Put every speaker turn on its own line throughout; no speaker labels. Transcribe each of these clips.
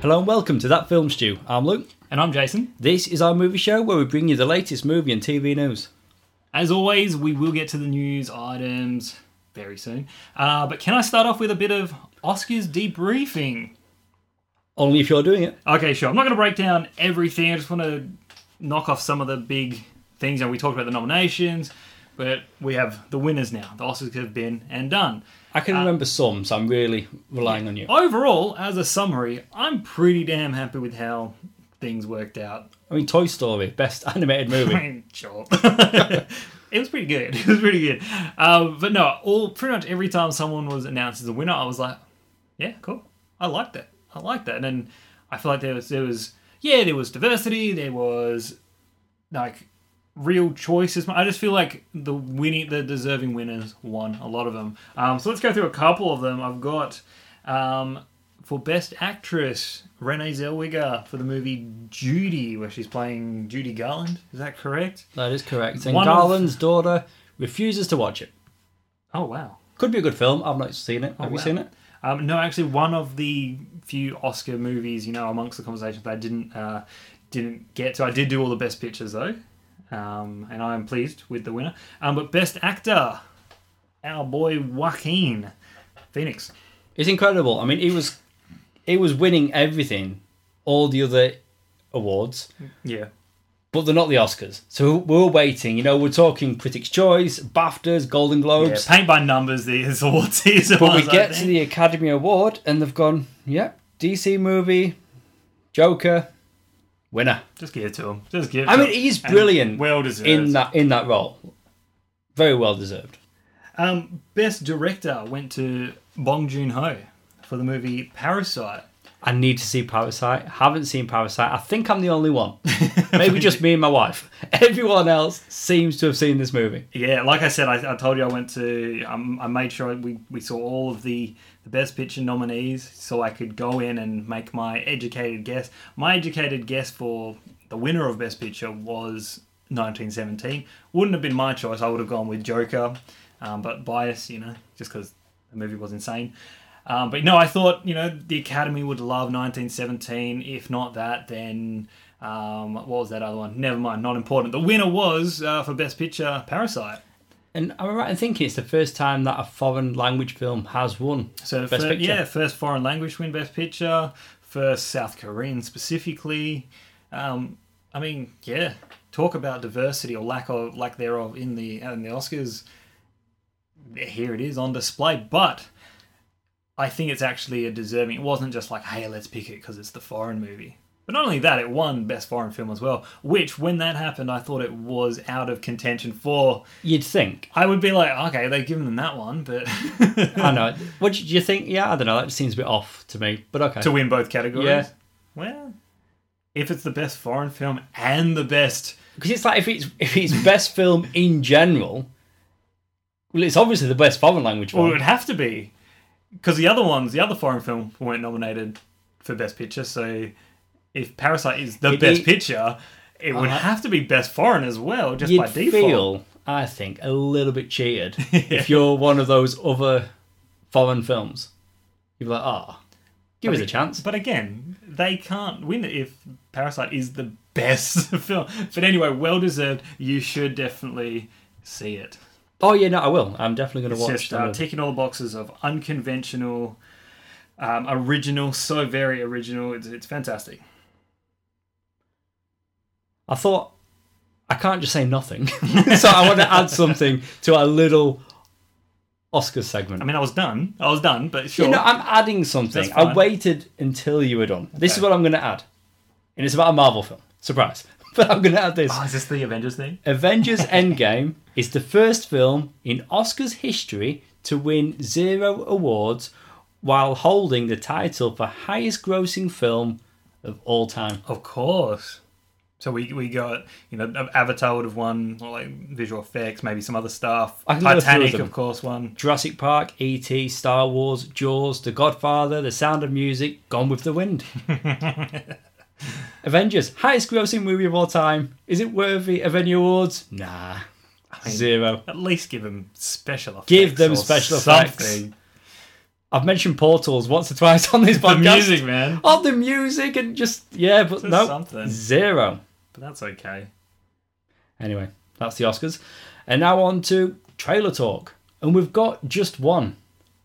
Hello and welcome to That Film Stew. I'm Luke.
And I'm Jason.
This is our movie show where we bring you the latest movie and TV news.
As always, we will get to the news items very soon. Uh, but can I start off with a bit of Oscars debriefing?
Only if you're doing it.
Okay, sure. I'm not going to break down everything. I just want to knock off some of the big things. And we talked about the nominations, but we have the winners now. The Oscars have been and done.
I
Uh,
can remember some, so I'm really relying on you.
Overall, as a summary, I'm pretty damn happy with how things worked out.
I mean, Toy Story, best animated
I
movie.
mean, sure. it was pretty good. It was pretty good. Um, but no, all pretty much every time someone was announced as a winner, I was like, yeah, cool. I liked that. I liked that. And then I feel like there was there was yeah, there was diversity. There was like real choices. I just feel like the winning, the deserving winners won a lot of them. Um, so let's go through a couple of them. I've got. Um, for Best Actress, Renee Zellweger for the movie Judy, where she's playing Judy Garland. Is that correct?
that is correct. And
One of-
Garland's daughter refuses to watch it.
Oh wow.
Could be a good film. I've not seen it. Have you
wow.
seen it?
Um, no, actually, one of the few Oscar movies, you know, amongst the conversations that I didn't uh, didn't get to. I did do all the best pictures though, um, and I am pleased with the winner. Um, but best actor, our boy Joaquin Phoenix.
It's incredible. I mean, he was he was winning everything, all the other awards,
Yeah.
but they're not the Oscars. So we're waiting. You know, we're talking Critics' Choice, BAFTAs, Golden Globes.
paint by numbers. These awards. These
But we get to the Academy Award and they've gone, yep, DC movie, Joker, winner.
just give it to him. Just give. It
I
to
mean,
him.
he's
And
brilliant
Well deserved.
in that in that role. Very well deserved.
um, best director went to Bong Joon Ho for the movie Parasite.
I need to see Parasite. Haven't seen Parasite. I think I'm the only one. Maybe just me and my wife. Everyone else seems to have seen this movie.
Yeah, like I said, I, I told you I went to. Um, I made sure we, we saw all of the the best picture nominees, so I could go in and make my educated guess. My educated guess for the winner of best picture was 1917. Wouldn't have been my choice. I would have gone with Joker, um, but bias, you know, just because the movie was insane. Um, but no, I thought you know the Academy would love 1917. If not that, then um, what was that other one? Never mind, not important. The winner was uh, for Best Picture, Parasite.
And am I right in thinking it's the first time that a foreign language film has won?
So
Best
fir-
Picture.
yeah, first foreign language to win Best Picture, first South Korean specifically. Um, I mean, yeah, talk about diversity or lack of lack thereof in the in the Oscars. Here it is on display, but I think it's actually a deserving. It wasn't just like, hey, let's pick it because it's the foreign movie. But not only that, it won Best Foreign Film as well, which when that happened, I thought it was out of contention for.
You'd think.
I would be like, okay, they've given them that one, but
I know. What do you think? Yeah, I don't know. That just seems a bit off to me. But okay.
to win both categories.
Yeah.
Well, if it's the best foreign film and the best,
Because it's like if it's if it's best film in general, well, it's obviously the best foreign language
well, it
film.
would have to be because the other ones, the other foreign film, weren't nominated for best picture. So if Parasite is the
It'd
best
be-
picture, it would
e- Uh-huh.
have to be best foreign as well, just by
You'd
default.
feel, I think, a little bit cheated if you're one of those other foreign films. You'd be like, ah, give us a chance.
But again, they can't win it if Parasite is the best film. But anyway, well deserved. You should definitely see it.
Oh yeah, no, I will. I'm definitely going to watch
just uh,
that.
ticking all the boxes of unconventional, um, original, so very original. It's, it's fantastic.
I thought I can't just say nothing, so I want to add something to our little Oscar segment.
I mean, I was done. I was done, but sure.
You know, I'm adding something.
That's
I
fine.
waited until you were done. This is
Okay.
what I'm going to add. And it's about a Marvel film. Surprise. But I'm going to add this.
oh, is this the Avengers thing?
Avengers Endgame is the first film in Oscars history to win zero awards while holding the title for highest grossing film of all time.
Of course. So we, we got, you know, Avatar would have won, or like visual effects, maybe some other stuff.
I can go through
Titanic,
them.
of course, won.
Jurassic Park, E.T., Star Wars, Jaws, The Godfather, The Sound of Music, Gone with the Wind. Avengers, highest grossing movie of all time. Is it worthy of any awards? Nah.
mean,
Zero.
At least give them special effects.
Give them
or
special
something.
effects. I've mentioned portals once or twice on this
The
podcast.
music, man.
Oh, the music and just yeah, but
Just
no
something.
zero.
But that's okay.
Anyway, that's the Oscars, and now on to trailer talk, and we've got just one,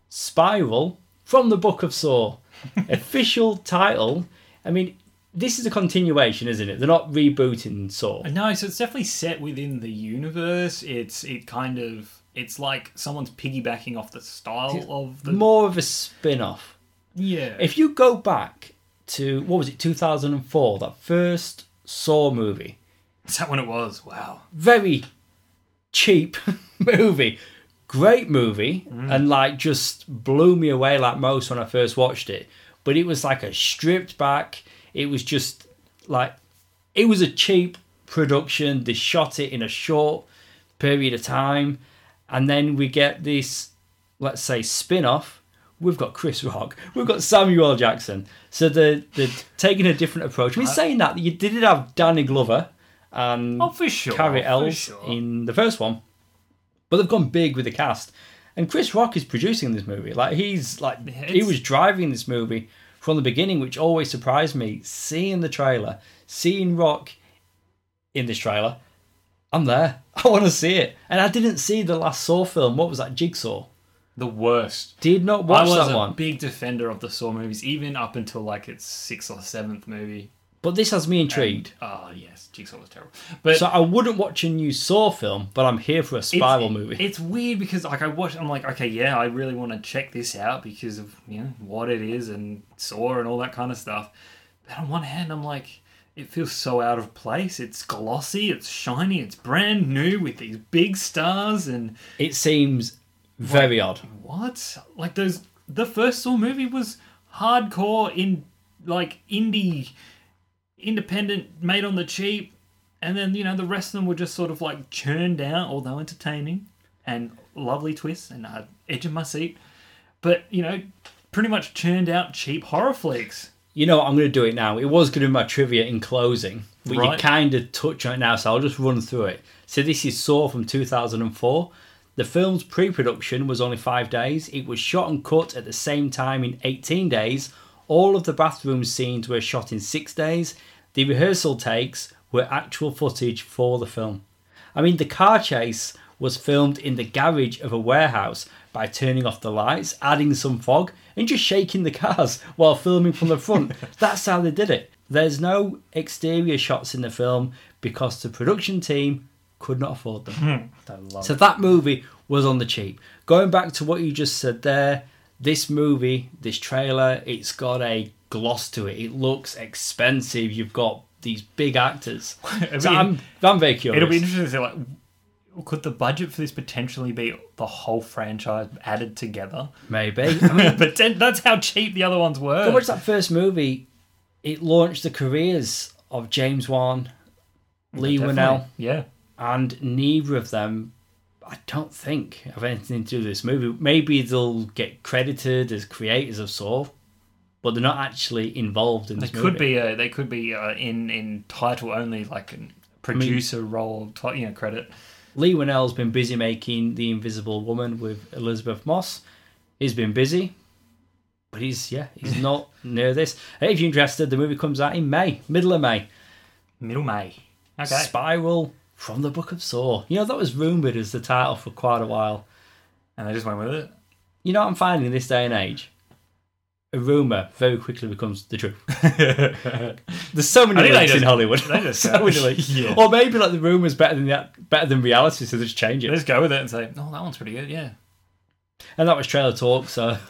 Spiral from the Book of Saw, official title. I mean, this is a continuation, isn't it? They're not rebooting Saw.
No, so it's definitely set within the universe. It's it kind of it's like someone's piggybacking off the style of the
More of a spin-off.
yeah.
If you go back to what was it, 2004, that first Saw movie,
Is that when it was? Wow.
very cheap movie. Great movie, and like just blew me away like most when I first watched it. But it was like a stripped back. It was just like it was a cheap production. They shot it in a short period of time, and then we get this, let's say, spin off. We've got Chris Rock. We've got Samuel L. Jackson. So they're, they're taking a different approach. I mean, saying that, you did have Danny Glover and
Oh, for sure.
Carrie
for
Ells
sure.
in the first one. But they've gone big with the cast. And Chris Rock is producing this movie. Like he's like he
it's-
was driving this movie from the beginning, which always surprised me. Seeing the trailer, seeing Rock in this trailer, I'm there. I want to see it. And I didn't see the last Saw film. What was that? Jigsaw.
the worst.
Did not
I
watch
was
that
a
one.
big defender of the Saw movies, even up until like its sixth or seventh movie.
But this has me intrigued.
Oh yes, Jigsaw was terrible. But
So I wouldn't watch a new Saw film, but I'm here for a
it's-
spiral movie.
It's weird because like I watched, I'm like, okay, yeah, I really want to check this out because of you know what it is and Saw and all that kind of stuff. But on one hand, I'm like, it feels so out of place. It's glossy, it's shiny, it's brand new with these big stars and
it seems very odd.
what? Like those the first Saw movie was hardcore in like indie independent made on the cheap and then you know the rest of them were just sort of like churned out although entertaining and lovely twists and uh, edge of my seat but you know pretty much churned out cheap horror flicks
you know what, I'm going to do it now. It was going to be my trivia in closing, but you
Right.
kind of touch on it now, so I'll just run through it. So this is Saw from 2004. The film's pre-production was only five days. It was shot and cut at the same time in 18 days. All of the bathroom scenes were shot in six days. The rehearsal takes were actual footage for the film. I mean, the car chase was filmed in the garage of a warehouse by turning off the lights, adding some fog, and just shaking the cars while filming from the front. That's how they did it. There's no exterior shots in the film because the production team could not afford them.
i love
Hmm. so that movie was on the cheap. Going back to what you just said there, this movie, this trailer, it's got a gloss to it. It looks expensive. You've got these big actors. so
mean,
I'm, I'm very curious.
it'll be interesting to see like could the budget for this potentially be the whole franchise added together
Maybe. I mean,
but then- that's how cheap the other ones were
go watch that first movie. It launched the careers of James Wan, Lee Winnell,
Oh, Definitely. yeah
and neither of them, I don't think, have anything to do with this movie. Maybe they'll get credited as creators of Saw, but they're not actually involved in
They
this
could
movie.
be uh, they could be uh, in in title only like a producer role ti- you know credit.
Lee Winnell's been busy making The Invisible Woman with Elizabeth Moss. He's been busy, but he's yeah, he's not near this. Hey, if you're interested, the movie comes out in May, middle of May.
Middle May. Okay.
Spiral from the Book of Saw. You know, that was rumoured as the title for quite a while.
And they just went with it.
You know what I'm finding in this day and age? A rumour very quickly becomes the truth. There's so many
I think they
leaks in
just-
Hollywood.
they just-
so many leaks.
Yeah.
Or maybe like the rumour's better than the, better than reality, so they just change it.
Let's go with it and say, "No, that one's pretty good." Yeah.
And that was trailer talk, so do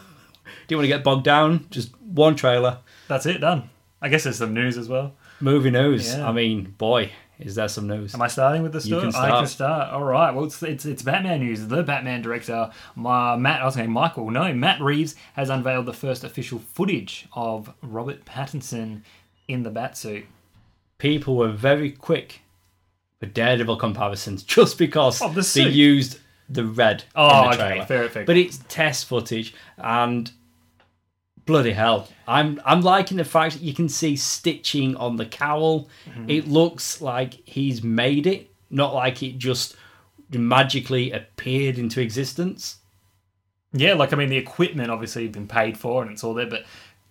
you want to get bogged down? Just one trailer.
That's it. Done. I guess there's some news as well.
Movie news.
Yeah.
I mean, boy, is there some news.
Am I starting with the
You
story?
can
I
start.
can start. All right. Well, it's it's, it's Batman news. The Batman director, Ma Matt, I was going Michael. No, Matt Reeves has unveiled the first official footage of Robert Pattinson in the Batsuit.
People were very quick for Daredevil comparisons just because
Oh, the
they
suit.
used the red
Oh,
in the
okay,
trailer.
fair, fair.
But it's test footage and bloody hell. I'm I'm liking the fact that you can see stitching on the cowl.
Mm-hmm.
It looks like he's made it, not like it just magically appeared into existence.
Yeah, like I mean, the equipment obviously been paid for and it's all there, but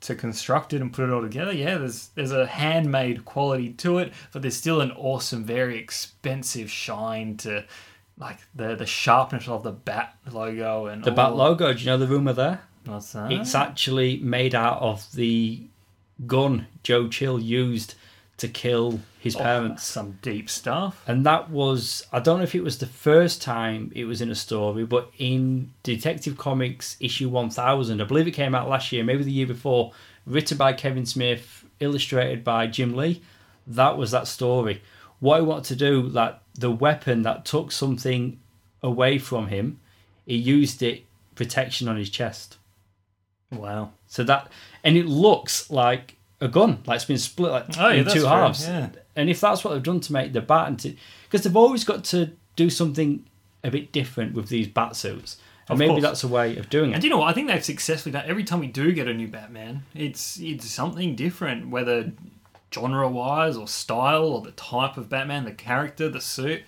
to construct it and put it all together, yeah, there's there's a handmade quality to it, but there's still an awesome, very expensive shine to like the the sharpness of the bat logo and
The bat
all-
logo, do you know the rumor there?
What's that?
It's actually made out of the gun Joe Chill used to kill his
Oh,
parents.
some deep stuff.
And that was, I don't know if it was the first time it was in a story, but in Detective Comics issue 1000, I believe it came out last year, maybe the year before, written by Kevin Smith, illustrated by Jim Lee. That was that story. What I want to do, that the weapon that took something away from him, he used it protection on his chest.
Wow.
So that, and it looks like a gun, like it's been split like
Oh, yeah,
in
that's
two
true,
halves.
yeah.
And if that's what they've done to make the bat, and because they've always got to do something a bit different with these bat suits, and
Of
maybe
course.
that's a way of doing
And
it.
do you know what? I think they've successfully done. Every time we do get a new Batman, it's it's something different, whether genre wise or style or the type of Batman, the character, the suit.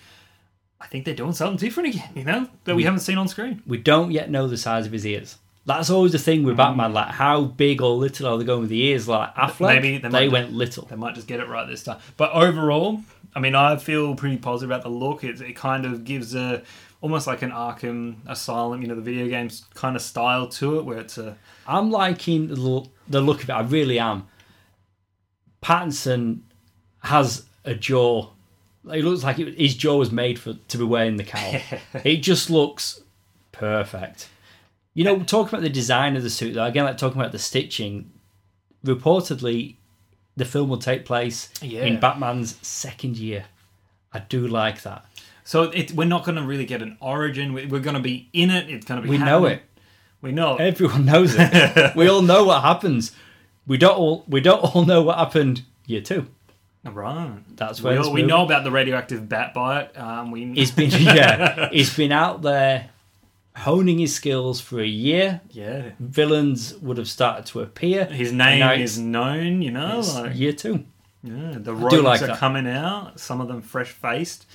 I think they're doing something different again, you know, that we haven't seen on screen.
We don't yet know the size of his ears. That's always the thing
Mm.
with Batman, like how big or little are they going with the ears? Like Affleck,
maybe
they,
they might-
went little.
They might just get it right this time. But overall, I mean, I feel pretty positive about the look. It, it kind of gives a almost like an Arkham Asylum, you know, the video games kind of style to it, where it's a
I'm liking the l- the look of it. I really am. Pattinson has a jaw. It looks like it, his jaw was made for to be wearing the cowl. it just looks perfect. You know, talking about the design of the suit, though, again, like talking about the stitching, reportedly, the film will take place
Yeah.
in Batman's second year. I do like that.
so it, we're not going to really get an origin. We- We're going to be in it. It's going to be
We know
happening.
it.
We know it.
Everyone knows it. we all know what happens. We don't all we don't all know what happened year two.
Right.
That's
We,
where this
we
movie-
know about the radioactive bat bite. Um, we
He's been yeah, he's been out there honing his skills for a year.
yeah.
Villains would have started to appear.
His
And
name
now
is known. You know,
it's
like,
year two.
yeah,
do
the rogues
like
are
that.
coming out. Some of them fresh faced,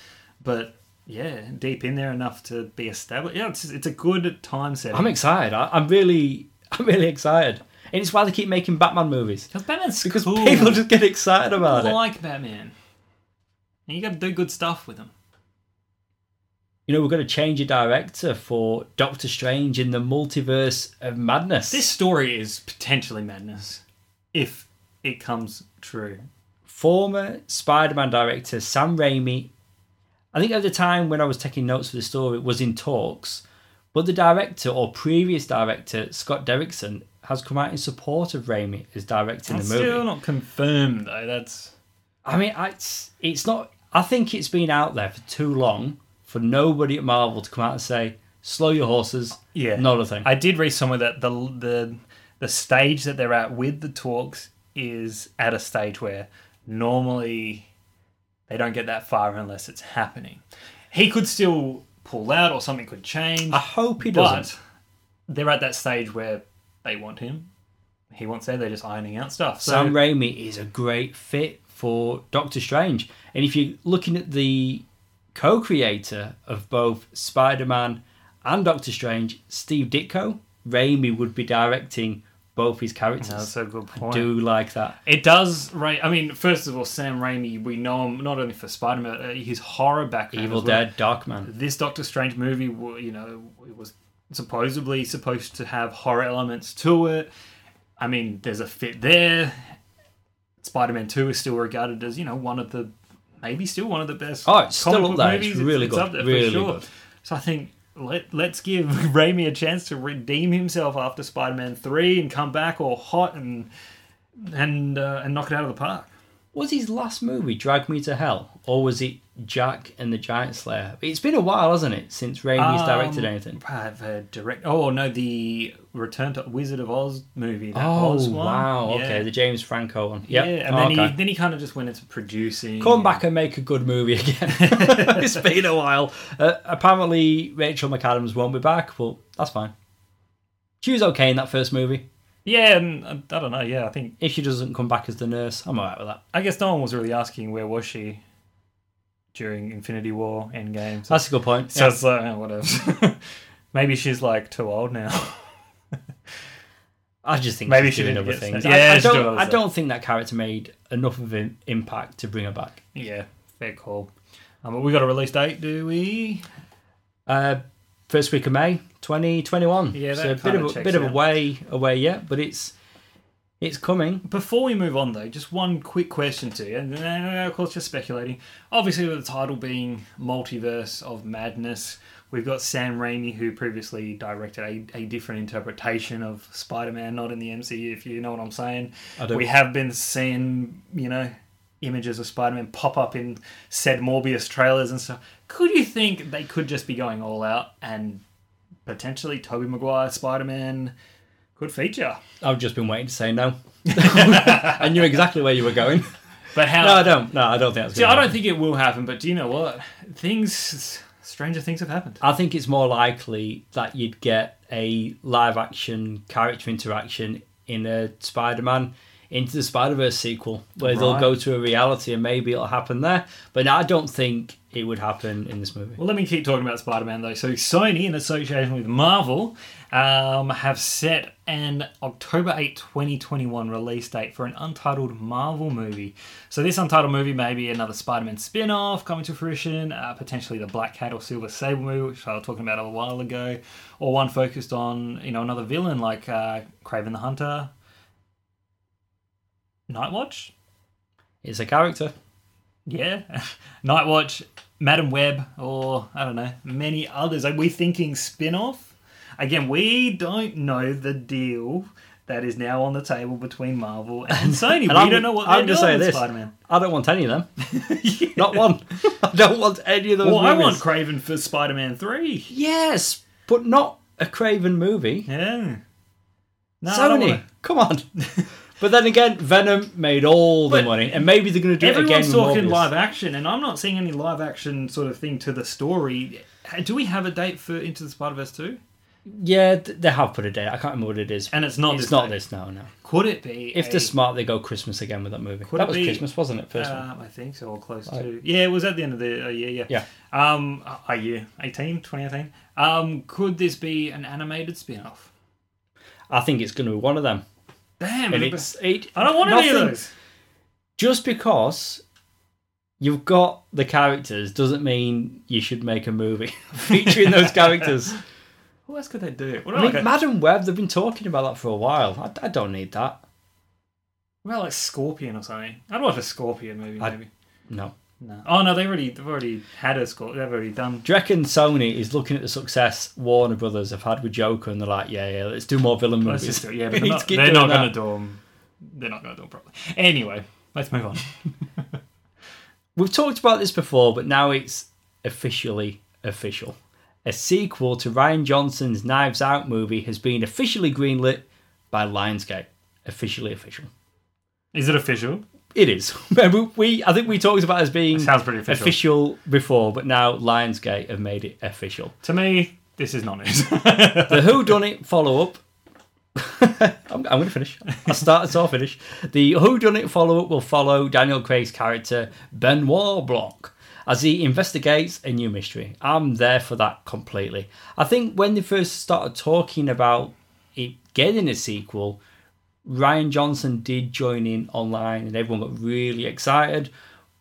but yeah, deep in there enough to be established. Yeah, it's it's a good time setting.
I'm excited. I, I'm really, I'm really excited, and it's why they keep making Batman movies
because Batman's
because
cool.
people just get excited about
People
it.
like Batman, and you got to do good stuff with him.
You know, we're going to change a director for Doctor Strange in the Multiverse of Madness.
This story is potentially madness if it comes true.
former Spider-Man director Sam Raimi, I think at the time when I was taking notes for the story, was in talks, but the director or previous director Scott Derrickson has come out in support of Raimi as directing
It's
the movie.
still not confirmed though. That's
I mean, I- it's it's not. I think it's been out there for too long for nobody at Marvel to come out and say, "Slow your horses."
Yeah.
not a thing.
I did read somewhere that the the the stage that they're at with the talks is at a stage where normally they don't get that far unless it's happening. He could still pull out or something could change,
I hope Ah, he doesn't.
but they're at that stage where they want him. He wants there. They're just ironing out stuff. So
Sam Raimi is a great fit for Doctor Strange. And if you're looking at the co creator of both Spider Man and Doctor Strange, Steve Ditko, Raimi would be directing both his
that's
characters.
a good point.
Do like that.
It does. Ra- I mean, first of all, Sam Raimi. We know him not only for Spider Man, uh, his horror background.
Evil
as well.
Dead, Dark Man.
this Doctor Strange movie, wa- you know, it was supposedly supposed to have horror elements to it. I mean, there's a fit there. Spider-Man Two is still regarded as, you know, one of the maybe still one of the best.
Oh, it's still
comic
up
book
there. It's
movies.
really
it's
good.
up there
Really
for sure.
good.
So I think let let's give Raimi a chance to redeem himself after Spider-Man Three and come back all hot and and uh, and knock it out of the park.
Was his last movie Drag Me to Hell? Or was it Jack and the Giant Slayer? It's been a while, hasn't it, since Raimi's directed
Um,
anything?
I've, uh, direct. Oh no, the Return to Wizard of Oz movie. That
Oh,
Oz one.
wow.
Yeah.
Okay, the James Franco one. Yep.
Yeah, and
Oh,
then
okay.
he then he kind of just went into producing.
Come back and make a good movie again. it's been a while. Uh, apparently, Rachel McAdams won't be back, but that's fine. She was okay in that first movie.
Yeah, and uh, I don't know. Yeah, I think
If she doesn't come back as the nurse, I'm alright with that.
I guess no one was really asking where was she during Infinity War Endgame. So,
That's a good point.
so
Yeah.
it's like oh, whatever. Maybe she's like too old now.
I just think
Maybe
she's
she
doing
didn't
other
get
things.
sent-
I-
Yeah,
I,
she did
don't.
other
I don't think that character made enough of an impact to bring her back.
yeah, fair call. Um, but we got a release date, do we?
Uh, first week of May, twenty twenty one.
Yeah, that
so a bit
kinda
of a
checks
bit of a
out.
way away yet, but it's it's coming.
Before we move on, though, just one quick question to you. And uh, of course, just speculating. Obviously, with the title being Multiverse of Madness, we've got Sam Raimi, who previously directed a, a different interpretation of Spider Man, not in the MCU, if you know what I'm saying.
I don't-
We have been seeing, you know, images of Spider Man pop up in said Morbius trailers and stuff. Could you think they could just be going all out and potentially Tobey Maguire Spider Man could feature?
I've just been waiting to say no. I knew exactly where you were going.
But how?
No, I don't. No, Uh, I don't think that's.
See,
gonna
I don't
happen.
think it will happen, but do you know what? Things, stranger things have happened.
I think it's more likely that you'd get a live action character interaction in a Spider Man into the Spider Verse sequel where they'll
Right.
go to a reality and maybe it'll happen there. But I don't think it would happen in this movie.
Well, let me keep talking about Spider Man though. So, Sony, in association with Marvel, um, have set an October 8, 2021 release date for an untitled Marvel movie. So, this untitled movie may be another Spider Man spin off coming to fruition, uh, potentially the Black Cat or Silver Sable movie, which I was talking about a while ago, or one focused on you know another villain like uh, Craven the Hunter. Nightwatch?
It's a character.
Yeah, Nightwatch, Madam Web, or I don't know, many others. Are we thinking spin off? Again, we don't know the deal that is now on the table between Marvel and Sony. we
I'm-
don't know what
I'm
they're
just
doing
saying
with
this.
Spider Man.
I don't want any of them. Not one. I don't want any of those
Well, I want
movies.
Craven for Spider Man 3.
Yes, but not a Craven movie.
Yeah. No, I don't
Sony,
wanna-
come on. but then again, Venom made all the
But
money, and maybe they're going to do it again.
Everyone's
with
talking
Morbius.
live action, and I'm not seeing any live action sort of thing to the story. Do we have a date for Into the Spider Verse 2?
Yeah, th- they have put a date. I can't remember what it is.
And it's not
it's
this
not
date.
this now. No.
Could it be?
If
a-
they're smart, they go Christmas again with that movie.
Could
that
it
was
be-
Christmas, wasn't it? First one.
Um, I think so, or close
Like-
to. Yeah, it was at the end of the uh, year, yeah.
Yeah.
Um, a year, 18, 2018. Um, could this be an animated spin off?
I think it's going to be one of them.
Damn,
And
it-
it's it,
I don't want any of
nothing-
those.
Just because you've got the characters doesn't mean you should make a movie featuring those characters.
What else could they do? What
I mean,
about, like,
Madam Web, they've been talking about that for a while. I, I don't need that.
a- what about like Scorpion or something? I'd watch a Scorpion movie,
I-
maybe.
No.
No. Oh no, they've already they've already had a Scorpion. They've already done.
Do you reckon Sony is looking at the success Warner Brothers have had with Joker and they're like, yeah, yeah, let's do more villain
Let's
movies?
just do it. Yeah,
We
but
need to
they're not,
keep
they're
doing
not
that.
going to do them. They're not going to do them properly. Anyway, let's move on.
We've talked about this before, but now it's officially official. A sequel to Ryan Johnson's Knives Out movie has been officially greenlit by Lionsgate. Officially official.
Is it official?
It is. Remember, we I think we talked about it as being
Sounds pretty official.
official before, but now Lionsgate have made it official.
To me, this is not news.
The Who Done It follow up. I'm, I'm going to finish. I start so I'll finish. The Who Done It follow up will follow Daniel Craig's character Benoit Blanc as he investigates a new mystery. I'm there for that completely. I think when they first started talking about it getting a sequel, Ryan Johnson did join in online and everyone got really excited.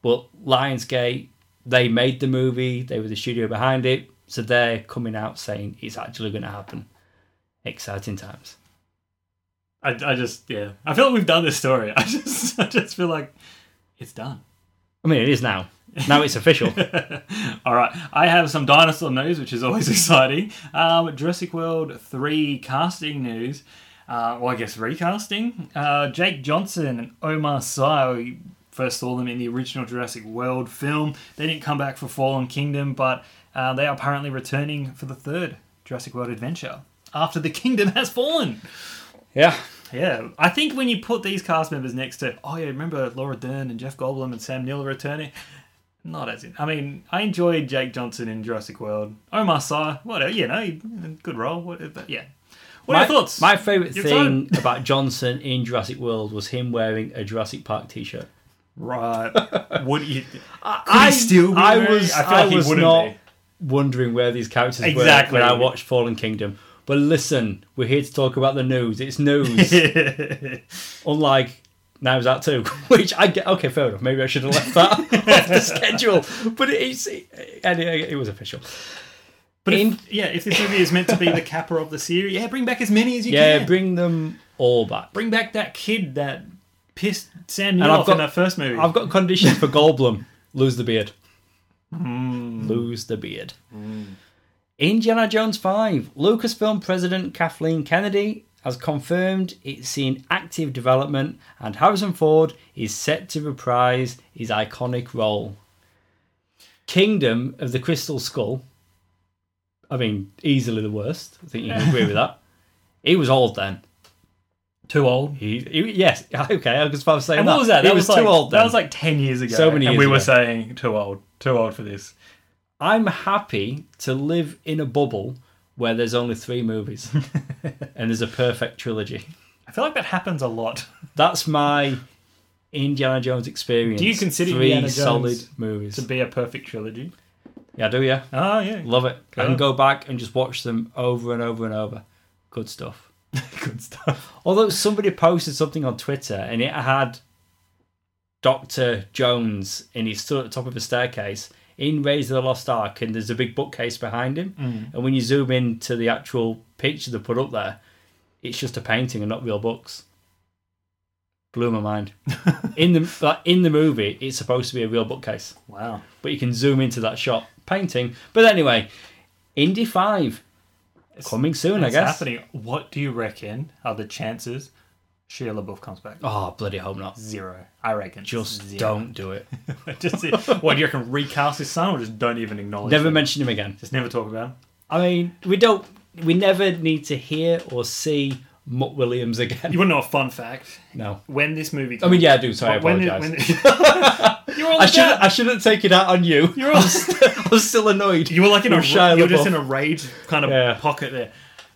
But Lionsgate, they made the movie, they were the studio behind it. So they're coming out saying it's actually going to happen. Exciting times.
I, I just yeah. I feel like we've done this story. I just I just feel like it's done.
I mean, it is now. Now it's official.
All right, I have some dinosaur news, which is always exciting. Um, Jurassic World three casting news. Uh, well, I guess recasting. Uh, Jake Johnson and Omar Sy. We first saw them in the original Jurassic World film. They didn't come back for Fallen Kingdom, but uh, they are apparently returning for the third Jurassic World adventure after the kingdom has fallen.
yeah.
Yeah, I think when you put these cast members next to, oh yeah, remember Laura Dern and Jeff Goldblum and Sam Neill returning? Not as in. I mean, I enjoyed Jake Johnson in Jurassic World. Omar Sy, whatever, you know, he- good role. What, but yeah. What
my,
are your thoughts?
My favourite
Your
thing about Johnson in Jurassic World was him wearing a Jurassic Park t shirt.
right. Would you? Could
I-
he still be
I
wearing-
was-
I feel
I
like he
was
wouldn't
not-
be.
wondering where these characters
Exactly.
were when I watched Fallen Kingdom. But listen, we're here to talk about the news. It's news. Unlike Knives Out 2, which I get. Okay, fair enough. Maybe I should have left that off the schedule. But it's. Anyway, it was official.
But
In-
if, yeah, if this movie is meant to be the capper of the series, yeah, bring back as many as you
Yeah,
can.
bring them all back.
bring back that kid that pissed Sam Neill
And I've
off
got-
in that first movie.
I've got conditions for Goldblum. Lose the beard.
Hmm.
Lose the beard. Indiana Jones 5. Lucasfilm president Kathleen Kennedy has confirmed it's in active development and Harrison Ford is set to reprise his iconic role. Kingdom of the Crystal Skull. I mean, easily the worst. I think you can agree with that. He was old then.
Too old.
He, he- yes, okay. I was about to say
And
that.
what was that?
He
that
was,
like,
too old.
That
then.
was like ten years ago.
So many
and
years
we were
ago.
saying too old, too old for this.
I'm happy to live in a bubble where there's only three movies and there's a perfect trilogy.
I feel like that happens a lot.
That's my Indiana Jones experience.
Do you consider
three
Indiana Jones
solid movies?
To be a perfect trilogy.
Yeah, do you?
Oh yeah,
Love it. I can
Cool.
go back and just watch them over and over and over. Good stuff.
good stuff.
Although somebody posted something on Twitter and it had Doctor Jones and he stood at the top of a staircase in Raiders of the Lost Ark and there's a big bookcase behind him.
Mm.
And when you zoom in to the actual picture they put up there, it's just a painting and not real books. Blew my mind. in the like, in the movie, it's supposed to be a real bookcase,
Wow.
but you can zoom into that shot painting. But anyway, Indy Five coming soon, I
It's
guess.
happening. What do you reckon are the chances Shia LaBeouf comes back?
Oh bloody hope not.
Zero. I reckon.
Just do
Zero.
don't do it.
just what do you reckon? Recast his son, or just don't even acknowledge?
Never
him?
mention him again.
Just never talk about him.
I mean, we don't. We never need to hear or see Mutt Williams
You
again.
want to know a fun fact?
No.
When this movie,
I mean, yeah, I do. Sorry, I
when it-
apologise.
when it- you're all
I should.
about-
I shouldn't take it out on you.
You're all
I was still annoyed.
You were like in a
With Shia
you were just
LaBeouf.
in a rage kind of
Yeah.
pocket there.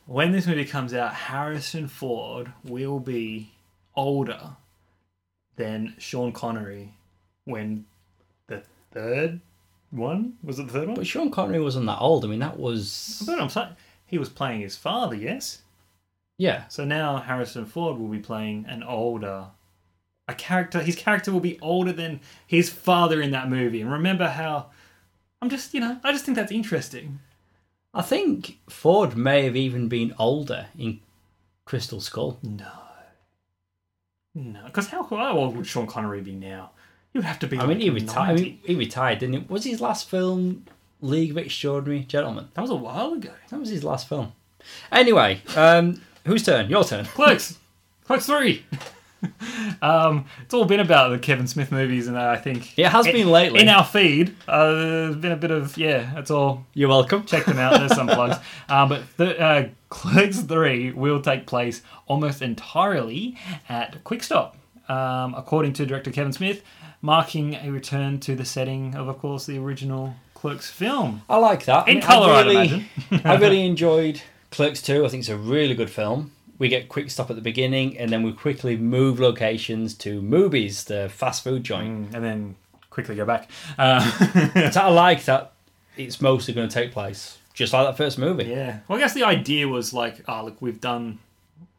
When this movie comes out, Harrison Ford will be older than Sean Connery when the third one was it the third one?
But Sean Connery wasn't that old. I mean, that was
But I'm sorry, he was playing his father, yes.
yeah.
So now Harrison Ford will be playing an older a character his character will be older than his father in that movie. And remember how I'm just, you know, I just think that's interesting.
I think Ford may have even been older in Crystal Skull.
No. No, because how, how old would Sean Connery be now? He would have to be.
I mean,
like
he retired. I
90.
mean, he retired, didn't it? Was his last film League of Extraordinary Gentlemen?
that was a while ago.
That was his last film. Anyway, um, whose turn? Your turn.
Clerks, Clerks three. um, it's all been about the Kevin Smith movies, and I think
It has
in-
been lately.
in our feed. Uh, there's been a bit of yeah. That's all.
You're welcome.
Check them out. There's some plugs. Um, but th- uh, Clerks three will take place almost entirely at Quick Stop, um, according to director Kevin Smith, marking a return to the setting of, of course, the original Clerks film.
I like that.
In
I mean,
colour,
I
I'd
really,
imagine.
I really enjoyed Clerks 2. I think it's a really good film. We get quick stop at the beginning, and then we quickly move locations to Moobies, the fast food joint.
Mm, and then quickly go back. Uh,
So I like that. It's mostly going to take place just like that first movie.
yeah. Well, I guess the idea was like, oh, look, we've done,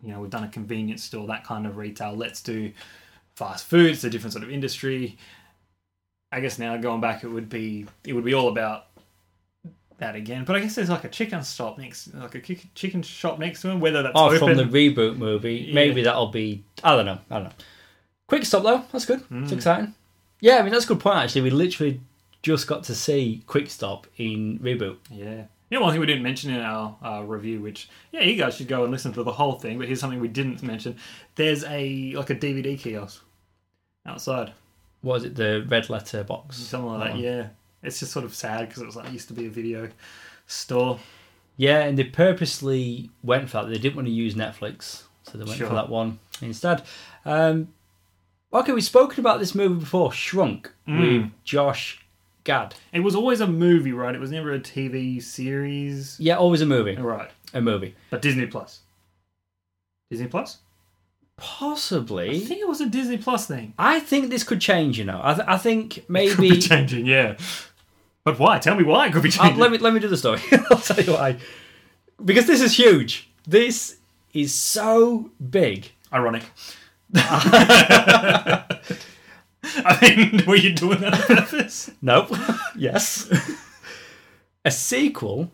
you know, we've done a convenience store, that kind of retail. Let's do fast food. It's a different sort of industry. I guess now going back, it would be it would be all about that again. But I guess there's like a chicken shop next, like a chick- chicken shop next to him. Whether that's
Or
open,
Oh, from the reboot movie,
Yeah.
maybe that'll be. I don't know. I don't know. Quick stop though. That's good. It's
Mm.
exciting. Yeah, I mean that's a good point. Actually, we literally just got to see Quick Stop in reboot.
Yeah. You know, one thing we didn't mention in our uh, review, which yeah, you guys should go and listen to the whole thing. But here's something we didn't mention: there's a like a DVD kiosk outside,
What is it? The Red Letter Box.
something like
That
that.
one.
Yeah, it's just sort of sad because it was like used to be a video store.
Yeah, and they purposely went for that. They didn't want to use Netflix, so they went
Sure.
for that one instead. Um, okay, we've spoken about this movie before, Shrunk,
Mm.
with Josh Gad.
It was always a movie, right? It was never a TV series,
Yeah, always a movie.
right?
A movie.
But Disney Plus, Disney Plus. I
Possibly. I think,
think it was a Disney Plus thing.
this could change, you know. I, th- I think
Could be
maybe
changing, yeah. But why? Tell me why it could be
Uh,
changed.
let me let me do the story. I'll tell you why. Because this is huge. This is so big.
Ironic. I mean, were you doing that on purpose?
No. yes. a sequel.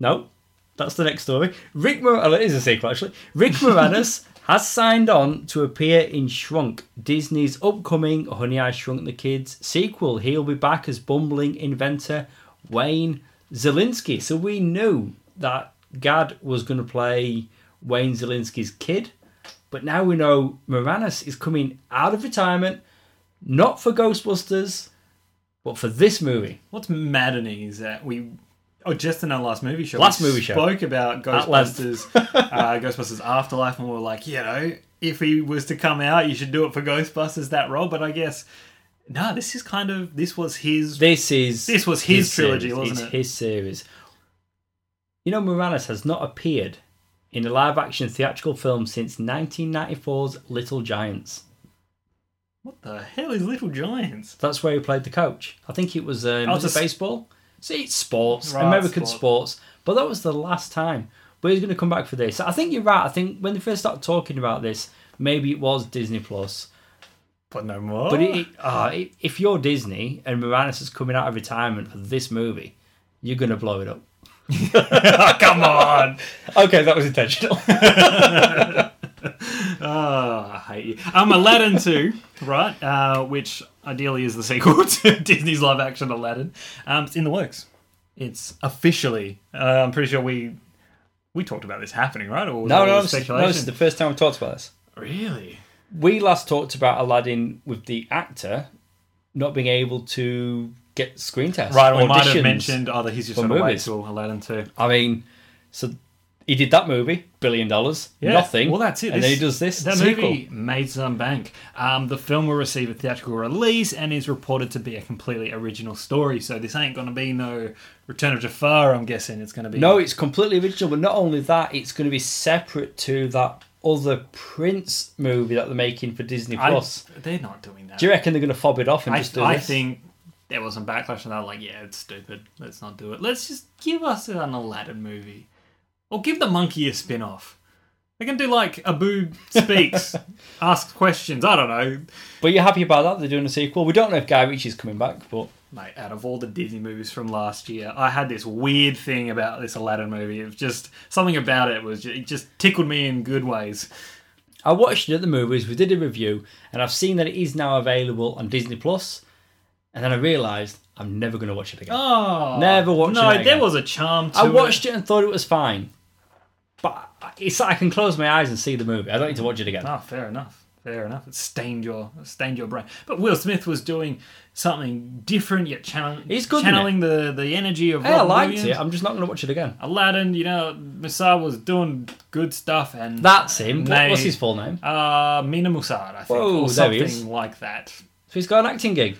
No. That's the next story. Rick Moranis oh, it is a sequel actually. Rick Moranis has signed on to appear in Shrunk, Disney's upcoming Honey I Shrunk the Kids sequel. He'll be back as bumbling inventor Wayne Zelinsky. So we knew that Gad was going to play Wayne Zelinsky's kid, but now we know Moranis is coming out of retirement, not for Ghostbusters, but for this movie.
What's maddening is that we, oh, just in our last movie show,
Last
we
movie show.
spoke about
length.
Ghostbusters, uh, Ghostbusters Afterlife, and we were like, you know, if he was to come out, you should do it for Ghostbusters that role. But I guess, no, this is kind of this was his.
This is
This was his trilogy,
series.
wasn't
it's
it?
His series. You know, Moranis has not appeared in a live-action theatrical film since 1994's Little Giants.
what the hell is Little Giants?
That's where he played the coach. I think it was, um,
Oh,
was
it's
it
a s-
baseball. See, it's sports,
Right,
American
sport.
sports. But that was the last time. But he's going to come back for this. I think you're right. I think when they first started talking about this, maybe it was Disney Plus.
But no more.
But it, it, ah, it, if you're Disney and Moranis is coming out of retirement for this movie, you're going to blow it up.
come on.
Okay, that was intentional.
Oh, I hate you. Um, Aladdin 2, right? Uh, which ideally is the sequel to Disney's live action Aladdin. Um, it's in the works. It's officially. Uh, I'm pretty sure we we talked about this happening, right? Or was
No,
it
no,
all
this, no, this is
speculation?
the first time we talked about this.
Really?
We last talked about Aladdin with the actor not being able to get screen tests.
Right, we might have
auditions.
mentioned, oh, he's just
for
on the way
movies.
to Aladdin 2.
I mean, so he did that movie, billion dollars,
Yeah.
nothing.
Well, that's it.
And then he does this
That
sequel.
movie made some bank. Um, the film will receive a theatrical release and is reported to be a completely original story. So this ain't going to be no Return of Jafar. I'm guessing it's going to be
No, it's completely original, but not only that, it's going to be separate to that other Prince movie that they're making for Disney
I-
Plus.
they're not doing that.
Do you reckon they're going to fob it off and
I,
just do
I
this?
think there was some backlash, and they were like, "Yeah, it's stupid. Let's not do it. Let's just give us an Aladdin movie, or give the monkey a spin-off. They can do like Abu speaks, asks questions. I don't know,
But you're happy about that? They're doing a sequel. We don't know if Guy Ritchie's coming back, but
mate. Out of all the Disney movies from last year, I had this weird thing about this Aladdin movie. It was just something about it was just, it just tickled me in good ways.
I watched it at the movies. We did a review, and I've seen that it is now available on Disney Plus. And then I realised I'm never going to watch it again.
Oh,
Never watching
No,
that again.
there was a charm. to
I
it.
watched it and thought it was fine, but it's like I can close my eyes and see the movie. I don't need to watch it again.
Ah, fair enough. Fair enough. It stained your stained your brain. But Will Smith was doing something different yet channeling
He's good, isn't
channeling the, the energy of
Hey, I
Robin
liked
Williams.
it. I'm just not going to watch it again.
Aladdin, you know, Musad was doing good stuff and
That's him. What, what's
Mate.
his full name?
uh Mina Musad, I think.
Whoa,
or
there he
something
is.
like that.
So he's got an acting gig.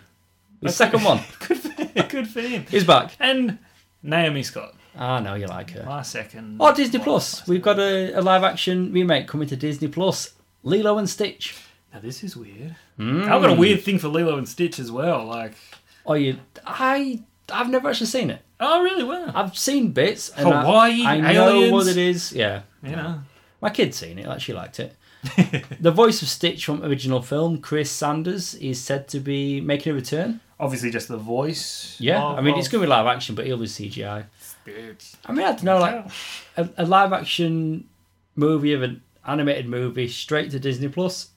His second one.
Good for, good for him.
He's back.
And Naomi Scott,
Ah, no, you like her.
my second
Oh, Disney
one.
Plus. We've got a, a live action remake coming to Disney Plus. Lilo and Stitch.
Now this is weird. I've
Hmm.
got a weird thing for Lilo and Stitch as well, like
Oh, you? I I've never actually seen it.
Oh really well.
I've seen bits. And I-
Hawaii,
I, know
aliens.
what it is. Yeah,
You know.
my kid's seen it. Like she liked it. the voice of Stitch from original film, Chris Sanders, is said to be making a return.
Obviously just the voice.
Yeah,
of-
I mean
of
it's going to be live action, but it'll be CGI.
Stitch.
I mean I don't know, like a, a live action movie of an animated movie straight to Disney Plus.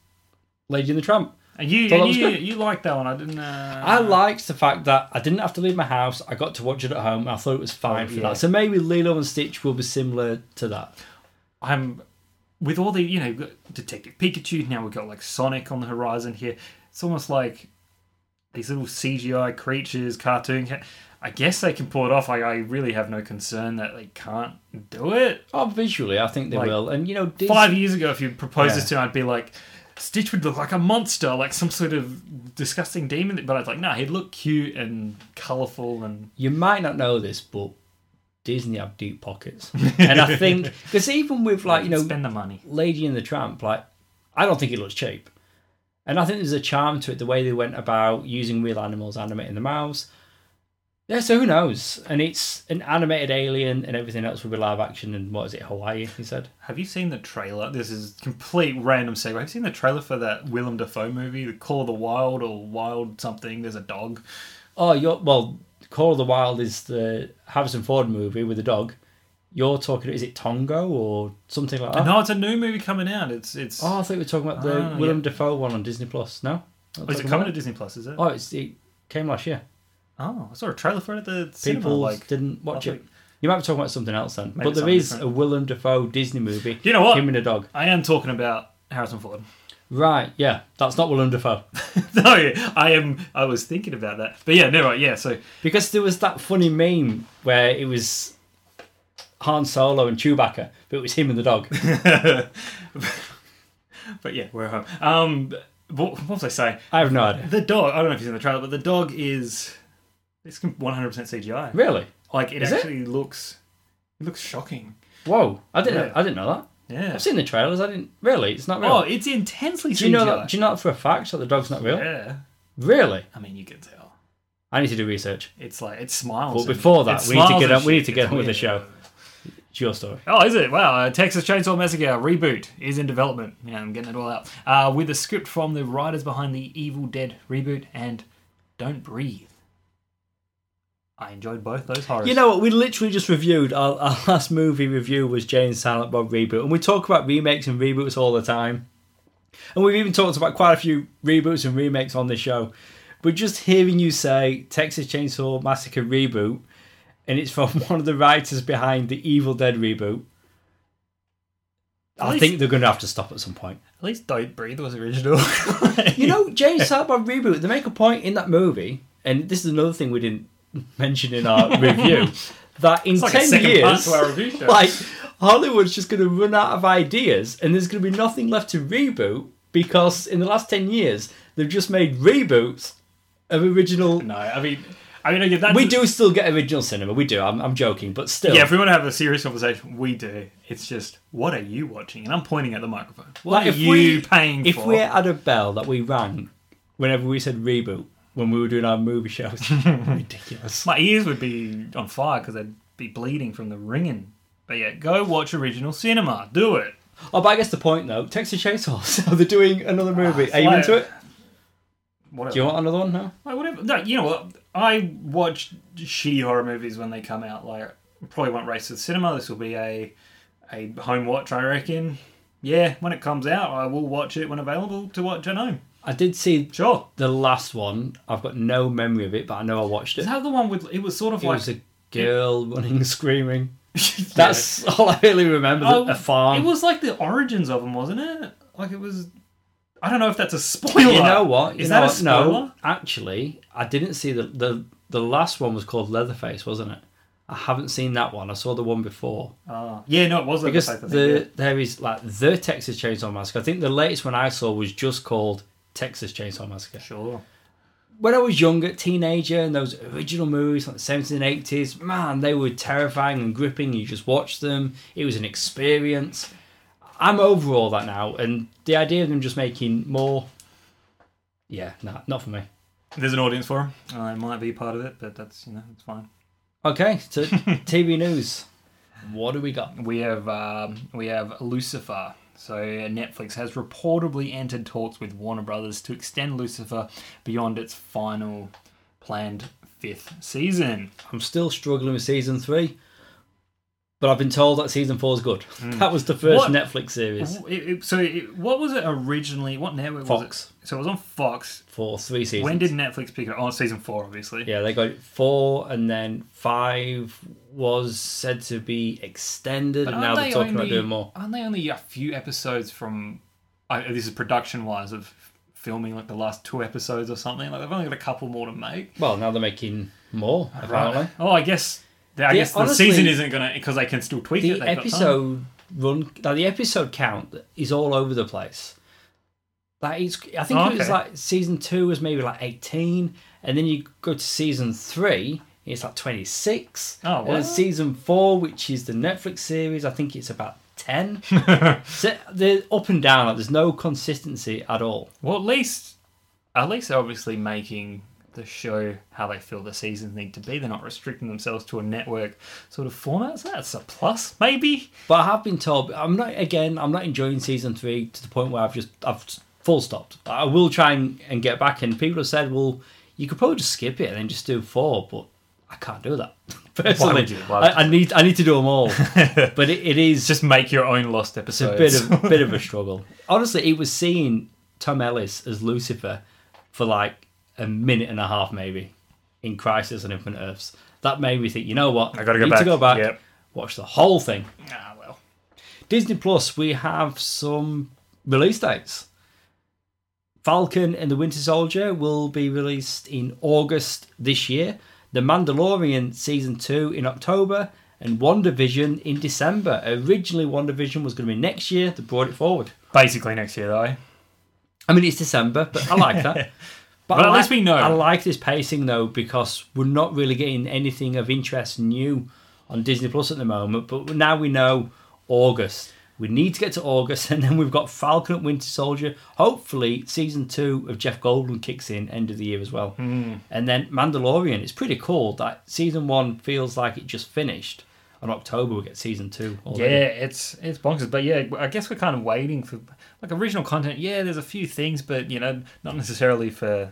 Lady and the Tramp.
And you,
Thought that
and
was
you,
good.
you liked that one. I didn't. Uh,
I liked the fact that I didn't have to leave my house. I got to watch it at home. And I thought it was fine
Oh,
for
yeah.
that. So maybe Lilo and Stitch will be similar to that.
I'm with all the you know we've got Detective Pikachu. Now we've got like Sonic on the horizon here. It's almost like these little CGI creatures, cartoon. ca- I guess they can pull it off. Like I really have no concern that they can't do it.
Oh, visually, I think they
Like,
will. And you know, Dis-
Five years ago, if you proposed this to
Yeah.
me, I'd be like. Stitch would look like a monster, like some sort of disgusting demon. But I was like, nah, he'd look cute and colourful and
you might not know this, but Disney have deep pockets, and I think because even with like you know
spend the money.
Lady and the Tramp, like I don't think it looks cheap, and I think there's a charm to it. The way they went about using real animals, animating the mouse. Yeah, so who knows? And it's an animated alien, and everything else will be live action. And what is it, Hawaii? He said.
Have you seen the trailer? This is complete random segue. Have you seen the trailer for that Willem Dafoe movie, The Call of the Wild or Wild something? There's a dog.
Oh, you're well. Call of the Wild is the Harrison Ford movie with the dog. You're talking. Is it Tongo or something like that?
No, it's a new movie coming out. It's it's.
Oh, I thought we were talking about the
Ah,
Willem
yeah. Oh,
Dafoe one on Disney Plus. No. Not
is it
talking
coming
about
to Disney Plus? Is it?
it? Oh, it's, it came last year.
Oh, I saw a trailer for it at the cinema.
People
Like,
didn't watch
last
it.
week.
You might be talking about something else then.
Maybe
but there
something
is
different.
a Willem Dafoe Disney movie.
You know what?
Him and a dog.
I am talking about Harrison Ford.
Right, yeah. That's not Willem Dafoe.
no, yeah, I am. I was thinking about that, but yeah, never. mind. Yeah, so
Because there was that funny meme where it was Han Solo and Chewbacca, but it was him and the dog.
but yeah, we're home. Um, what, what was I saying?
I have no idea.
The dog. I don't know if you've seen the trailer, but the dog is it's 100% CGI.
Really?
Like it
Is it?
actually looks it looks shocking.
Whoa. I didn't
Yeah.
I didn't know that.
Yeah.
I've seen the trailers, I didn't really, it's not real.
Oh, it's intensely
do
CGI.
you know that do you know that for a fact that the dog's not real?
Yeah.
Really?
I mean, you can tell.
I need to do research.
It's like it smiles.
But
and-
before
it
that we need to
smiles
get
and
on we
shit.
need to get
It's
on with the
weird.
show. It's your story.
Oh, is it? Wow. Uh, Texas Chainsaw Massacre reboot is in development. Yeah, I'm getting it all out. Uh, with a script from the writers behind the Evil Dead reboot and Don't Breathe. I enjoyed both those horrors.
You know what? We literally just reviewed our, our last movie review was Jane Silent Bob reboot, and we talk about remakes and reboots all the time, and we've even talked about quite a few reboots and remakes on this show. But just hearing you say Texas Chainsaw Massacre reboot, and it's from one of the writers behind the Evil Dead reboot. I
least-
think they're going to have to stop at some point.
at least Don't Breathe was original.
You know, Jane Silent Bob reboot. They make a point in that movie, and this is another thing we didn't mention in our review. That in
like a
ten
second
years,
part to our review show.
like Hollywood's just going to run out of ideas, and there's going to be nothing left to reboot because in the last ten years they've just made reboots of original.
no, I mean, I mean, again, that's
We do still get original cinema. We do. I'm, I'm joking, but still,
Yeah, if we want to have a serious conversation, we do. It's just, what are you watching? And I'm pointing at the microphone. What
Like,
are
if
you
we-
paying
if
for?
we had a bell that we rang whenever we said reboot when we were doing our movie shows, ridiculous.
My ears would be on fire because they'd be bleeding from the ringing. But yeah, go watch original cinema. Do it.
Oh, but I guess the point though, Texas Chainsaw. So they're doing another movie. Are you
Like-
into it?
Whatever.
Do you want another one now?
Like, whatever. No, you know what? I watch shitty horror movies when they come out. Like, probably won't race to the cinema. This will be a a home watch, I reckon. Yeah, when it comes out, I will watch it when available to watch at home.
I did see
Sure.
the last one. I've got no memory of it, but I know I watched it.
Is that the one with? It was sort of
It
like
was a girl running screaming. That's all I really remember.
Oh,
a farm.
It was like the origins of them, wasn't it? Like it was. I don't know if that's a spoiler.
you know what? You
Is
know
that a
what?
spoiler?
No, actually, I didn't see the, the the last one was called Leatherface, wasn't it? I haven't seen that one. I saw the one before
Ah. yeah, no, it was
because
Leatherface, I think, yeah.
the there is like the Texas Chainsaw Massacre. I think the latest one I saw was just called Texas Chainsaw Massacre.
Sure.
when I was younger, teenager, and those original movies like the 70s and 80s, man, they were terrifying and gripping. You just watched them, it was an experience. I'm over all that now, and the idea of them just making more. Yeah, nah, not for me.
There's an audience for him. I might be part of it, but that's you know it's fine.
Okay, to TV news. What do we got?
We have um, we have Lucifer. So uh, Netflix has reportedly entered talks with Warner Brothers to extend Lucifer beyond its final planned fifth season.
I'm still struggling with season three, but I've been told that season four is good. That was the first
Hmm. What?
Netflix series
It- it- so it, what was it originally? What network was
Fox.
it? So it was on Fox.
for three seasons.
When did Netflix pick it up? Oh, season four, obviously.
Yeah, they got four, and then five was said to be extended, and now
Aren't
they're
they
talking about
only-
doing more.
Aren't they only a few episodes from? I, this is production wise of filming like the last two episodes or something. Like they've only got a couple more to make.
Well, now they're making more, apparently.
Oh, I guess. I
The-
guess the
honestly,
season isn't gonna because they can still tweak
The
it. they've got time.
episode run, now the episode count is all over the place. Like it's, I think
Oh,
it was
okay.
like season two was maybe like eighteen, and then you go to season three, it's like twenty six.
Oh,
And then
what?
season four, which is the Netflix series, I think it's about ten. so they're up and down. Like, there's no consistency at all.
Well, at least, at least they're obviously making the show how they feel the seasons need to be. They're not restricting themselves to a network sort of format. So that's a plus, maybe.
But I have been told I'm not again. I'm not enjoying season three to the point where I've just I've full stopped. I will try and, and get back. And people have said, well, you could probably just skip it and then just do four, but I can't do that personally.
you? Why would
I, I need I need to do them all. but it, it is
Just make your own lost
it's a
episodes.
bit of bit of a struggle. Honestly, it was seeing Tom Ellis as Lucifer for like a minute and a half, maybe, in Crisis on Infinite Earths. That made me think. You know what?
I gotta go
need
back.
To go back.
Yep.
Watch the whole thing.
ah, well.
Disney Plus, we have some release dates. Falcon and the Winter Soldier will be released in August this year. The Mandalorian season 2 in October and WandaVision in December. Originally WandaVision was going to be next year, they brought it forward.
Basically next year, though.
I mean it's December, but I like that. But
Well,
I
at
like,
least we know.
I like this pacing though because we're not really getting anything of interest new on Disney Plus at the moment. But now we know August. We need to get to August, and then we've got Falcon and Winter Soldier. Hopefully, season two of Jeff Goldblum kicks in end of the year as well.
Hmm.
And then Mandalorian. It's pretty cool that season one feels like it just finished. On October, we get season two.
Yeah,
Already.
it's it's bonkers, but yeah, I guess we're kind of waiting for like original content. Yeah, there's a few things, but you know, not necessarily for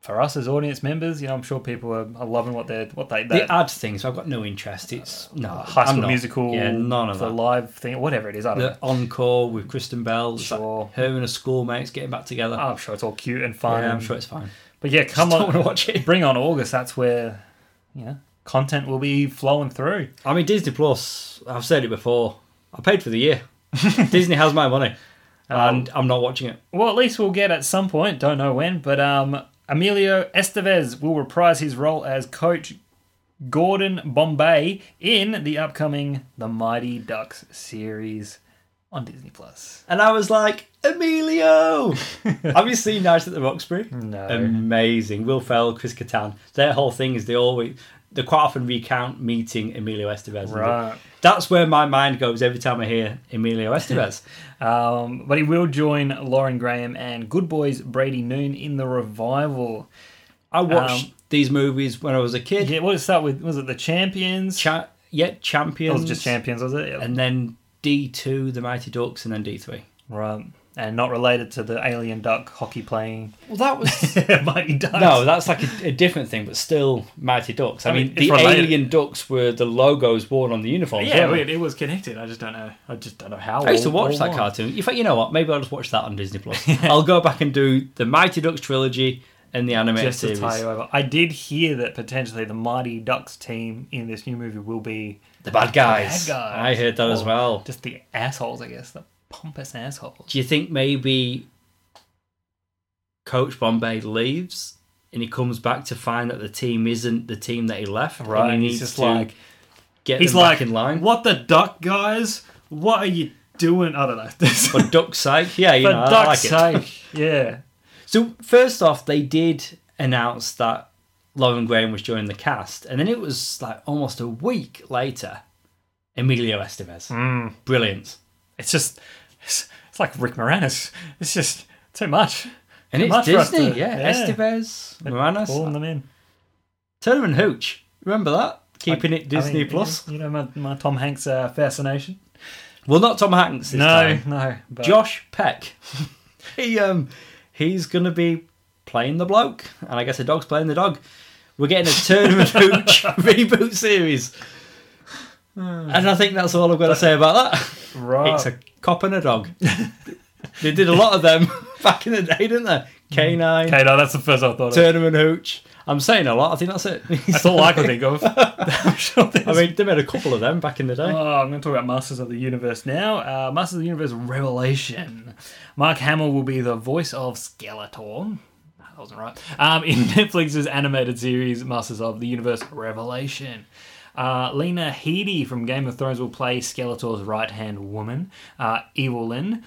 for us as audience members. You know, I'm sure people are, are loving what they are what they
They
that
add things. I've got no interest. It's no
High
I'm
School
not.
Musical,
Yeah, none of
the
that.
live thing, whatever it is. I don't know.
the encore with Kristen Bell. It's like
Sure.
her and her schoolmates getting back together.
I'm sure it's all cute and
yeah,
fun.
I'm sure it's fine.
But yeah, come
Just don't
on,
wanna watch it.
bring on August. That's where you know content will be flowing through.
I mean, Disney Plus. I've said it before. I paid for the year. Disney has my money, and I'm not watching it.
Well, at least we'll get at some point, don't know when, but um, Emilio Estevez will reprise his role as coach Gordon Bombay in the upcoming The Mighty Ducks series on Disney Plus.
And I was like, Emilio. Have you seen Night at the Roxbury?
No.
Amazing. Will Ferrell, Chris Kattan. Their whole thing is they always they quite often recount meeting Emilio Estevez.
Right.
That's where my mind goes every time I hear Emilio Estevez.
Um, but he will join Lauren Graham and Good Boys Brady Noon in the revival.
I watched
Um,
these movies when I was a kid.
Yeah, what did it start with? Was it The Champions?
Cha- yeah,
it
champions.
was just Champions, was it? Yeah.
and then D two, the Mighty Ducks, and then D three.
right. And not related to the Alien Duck hockey playing
Well, that was
Mighty Ducks.
no, that's like a, a different thing, but still Mighty Ducks. I,
I mean,
mean,
it's
the
related.
Alien Ducks were the logos worn on the uniforms.
Yeah,
weren't
it, it was connected. I just don't know. I just don't know how.
they? I used to
or-
watch
or
that
why.
cartoon. In fact, you know what? Maybe I'll just watch that on Disney Plus. I'll go back and do the Mighty Ducks trilogy and the animated
Just to
series.
tie you over, I did hear that potentially the Mighty Ducks team in this new movie will be
The bad guys.
bad guys. Oh.
I heard that as
Or
well.
Just the assholes, I guess, the pompous assholes.
Do you think maybe Coach Bombay leaves and he comes back to find that the team isn't the team that he left? and
Right,
he
he's
needs
just
to
like-
get
He's
them
like,
back in line.
what the duck guys? What are you doing? I don't know. This
For duck's sake, yeah, you
for
know, I like
duck's
it.
sake, yeah.
So first off, they did announce that Lauren Graham was joining the cast, and then it was like almost a week later, Emilio Estevez,
Mm.
brilliant,
It's just, it's, it's like Rick Moranis. It's just too much.
and
Too
it's
much for us
Disney,
to-
yeah,
yeah.
Estevez,
Pulling
Moranis,
them in.
Turner and Hooch, remember that? Keeping it
I mean,
Disney
you know-
Plus.
You know my, my Tom Hanks uh, fascination.
Well, not Tom Hanks this
No,
time.
no. But
Josh Peck. he um, he's gonna be playing the bloke, and I guess the dog's playing the dog. We're getting a tournament hooch reboot series, and I think that's all I've got to say about that.
right.
It's a cop and a dog. they did a lot of them back in the day, didn't
Mm.
they? Canine,
Okay, no, that's the first I thought of.
tournament hooch. I'm saying a lot. I think that's it.
That's all I could think of. I'm sure there's...
I mean, they made a couple of them back in the day.
Oh, I'm going to talk about Masters of the Universe now. Uh, Masters of the Universe Revelation. Mark Hamill will be the voice of Skeletor. That wasn't right. Um, in Netflix's animated series Masters of the Universe Revelation. Uh, Lena Headey from Game of Thrones will play Skeletor's right hand woman, uh, Evelyn.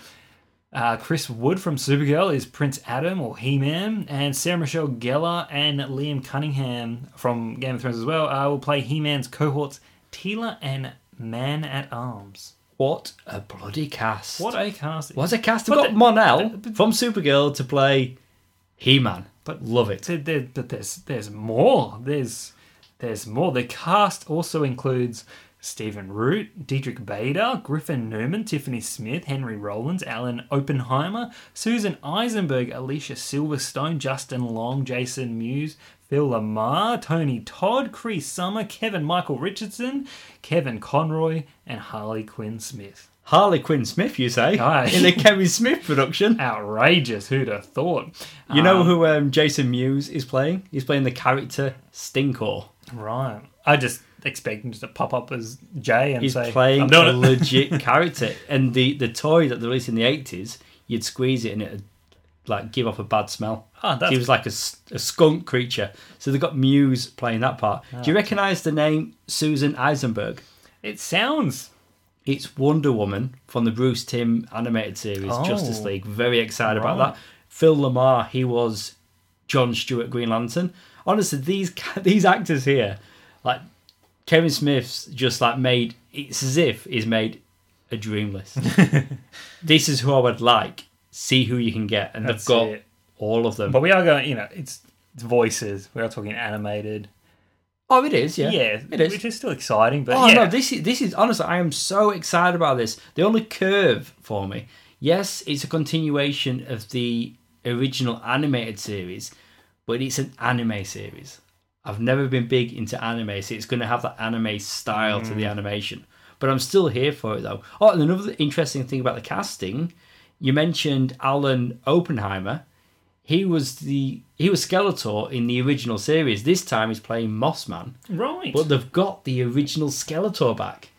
Uh, Chris Wood from Supergirl is Prince Adam or He Man, and Sarah Michelle Gellar and Liam Cunningham from Game of Thrones as well uh, will play He Man's cohorts Tila and Man at Arms.
What a bloody cast!
What a cast!
Was a cast. They've got
But the-
Monel from Supergirl to play He Man.
But
Love it.
there, there, but there's there's more. There's there's more. The cast also includes Stephen Root, Diedrich Bader, Griffin Newman, Tiffany Smith, Henry Rollins, Alan Oppenheimer, Susan Eisenberg, Alicia Silverstone, Justin Long, Jason Mewes, Phil Lamar, Tony Todd, Cree Summer, Kevin Michael Richardson, Kevin Conroy, and Harley Quinn Smith.
Harley Quinn Smith, you say,
Aye.
in a Kevin Smith production.
Outrageous! Who'd have thought?
You know who um, Jason Mewes is playing? He's playing the character Stinkor.
Right. I just expect him to pop up as Jay and
He's
say, I'm
playing
doing
a
it.
legit character. And the, the toy that they released in the 80s, you'd squeeze it and it'd like give off a bad smell.
Ah, that's-
He was like a, s- a skunk creature. So they got Muse playing that part. Do you
Ah.
recognise the name Susan Eisenberg?
It sounds.
It's Wonder Woman from the Bruce Tim animated series
Oh.
Justice League. Very excited
Right.
about that. Phil Lamar, he was John Stewart Green Lantern. Honestly, these ca- these actors here, like Kevin Smith's, just like made it's as if he's made a dream list. this is who I would like. See who you can get, and
That's
they've got
it.
all of them.
But we are going, you know, it's, it's voices. We are talking animated.
oh, it is, yeah,
Yeah,
it is.
Which is still exciting, but
Oh
yeah.
no, this is this is honestly, I am so excited about this. The only curve for me, yes, it's a continuation of the original animated series, but it's an anime series. I've never been big into anime, so it's going to have that anime style to the
Mm.
animation. But I'm still here for it though. Oh, and another interesting thing about the casting, you mentioned Alan Oppenheimer. He was the he was Skeletor in the original series. This time he's playing Mossman.
right.
But they've got the original Skeletor back.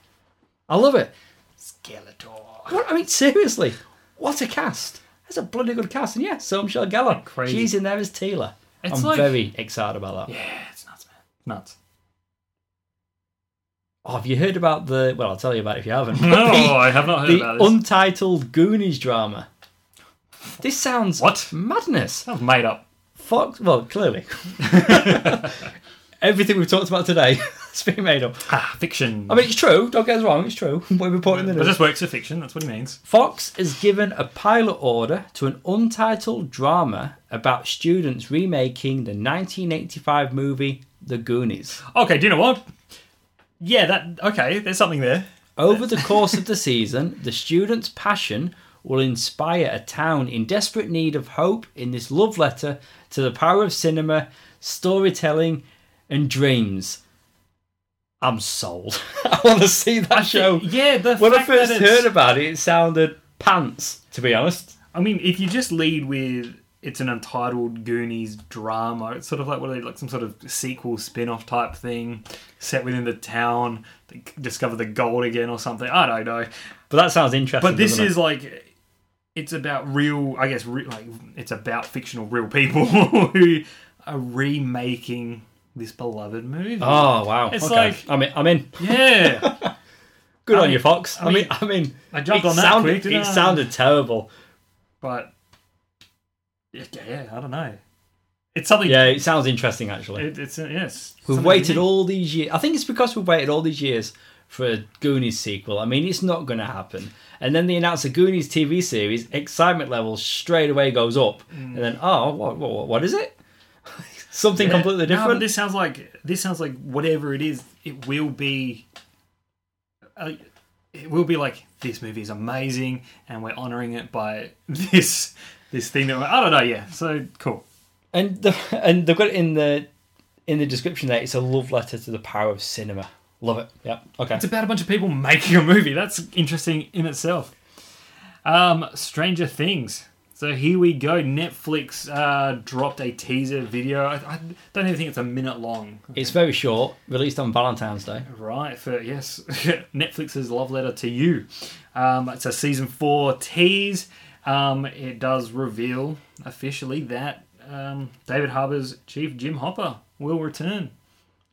I love it.
Skeletor.
What I mean, seriously, what a cast! That's a bloody good cast, and yeah, so Michelle Geller,
Crazy.
she's in there as Taylor.
It's
I'm
like-
very excited about that.
Yeah, it's nuts, man. Nuts.
Oh, have you heard about the? Well, I'll tell you about it if you haven't.
No,
the,
I have not heard
the
about this.
untitled Goonies drama. This sounds
What?
madness.
That was made up.
Fox, well, clearly, everything we've talked about today has been made up.
Ah, fiction.
I mean, it's true. Don't get us wrong. It's true. We're reporting the
but
news.
this works for fiction. That's what he means.
Fox has given a pilot order to an untitled drama about students remaking the 1985 movie The Goonies.
Okay, do you know what? Yeah, that. Okay, there's something there.
Over the course of the season, the students' passion will inspire a town in desperate need of hope in this love letter to the power of cinema, storytelling, and dreams. I'm sold. I want to see that show.
Yeah,
Oh.
the
When I
fact that
first
it's-
heard about it, it sounded pants, to be honest.
I mean, if you just lead with it's an untitled Goonies drama, it's sort of like what are they like some sort of sequel spin off type thing set within the town, they c- discover the gold again or something. I don't know.
But that sounds interesting.
But this
doesn't it?
is like it's about real, I guess, re- like it's about fictional real people who are remaking this beloved movie.
Oh wow!
It's
okay.
like-
I'm in. I'm in.
Yeah,
Good
I
on you,
mean-
Fox.
I
I mean,
mean-
I mean,
I jumped
it
on that
sounded,
quick, didn't
It
I?
sounded terrible.
but yeah, yeah, I don't know. It's something.
Yeah, it sounds interesting actually.
it, it's uh, yes.
we've
something
waited
unique.
all these years. I think it's because we've waited all these years for a Goonies sequel. I mean, it's not going to happen. And then they announce a Goonies TV series. Excitement level straight away goes up. And then, oh, what, what, what is it? Something
Mm. Yeah.
completely
No,
different.
but this sounds like this sounds like whatever it is, it will be. Uh, it will be like this movie is amazing, and we're honoring it by this this thing that we're, I don't know. Yeah, so cool.
And the, and they've got it in the in the description there. It's a love letter to the power of cinema. Love it. Yeah. Okay.
It's about a bunch of people making a movie. That's interesting in itself. Um, Stranger Things. So here we go. Netflix uh, dropped a teaser video. I, I don't even think it's a minute long.
It's very short, released on Valentine's Day.
Right, for yes, Netflix's love letter to you. Um, it's a season four tease. Um, it does reveal officially that um, David Harbour's chief Jim Hopper will return.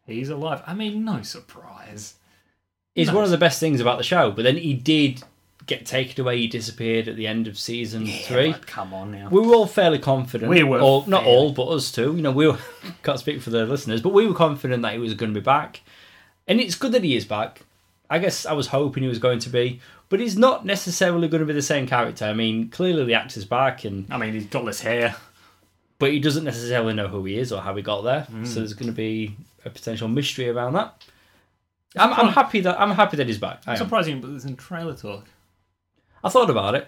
He's alive. I mean, no surprise.
It's
Nice.
one of the best things about the show, but then he did get taken away. He disappeared at the end of season three.
But come on now.
We were all fairly confident.
We were
all, not
fairly-
all, but us too. You know, we were, can't speak for the listeners, but we were confident that he was going to be back, and it's good that he is back. I guess I was hoping he was going to be, but he's not necessarily going to be the same character. I mean, clearly the actor's back, and
I mean, he's got less hair.
but he doesn't necessarily know who he is or how he got there.
Mm.
So there's going to be a potential mystery around that. I'm, I'm happy that I'm happy that he's back. I,
It's
am.
surprising, but there's in trailer talk.
I thought about it,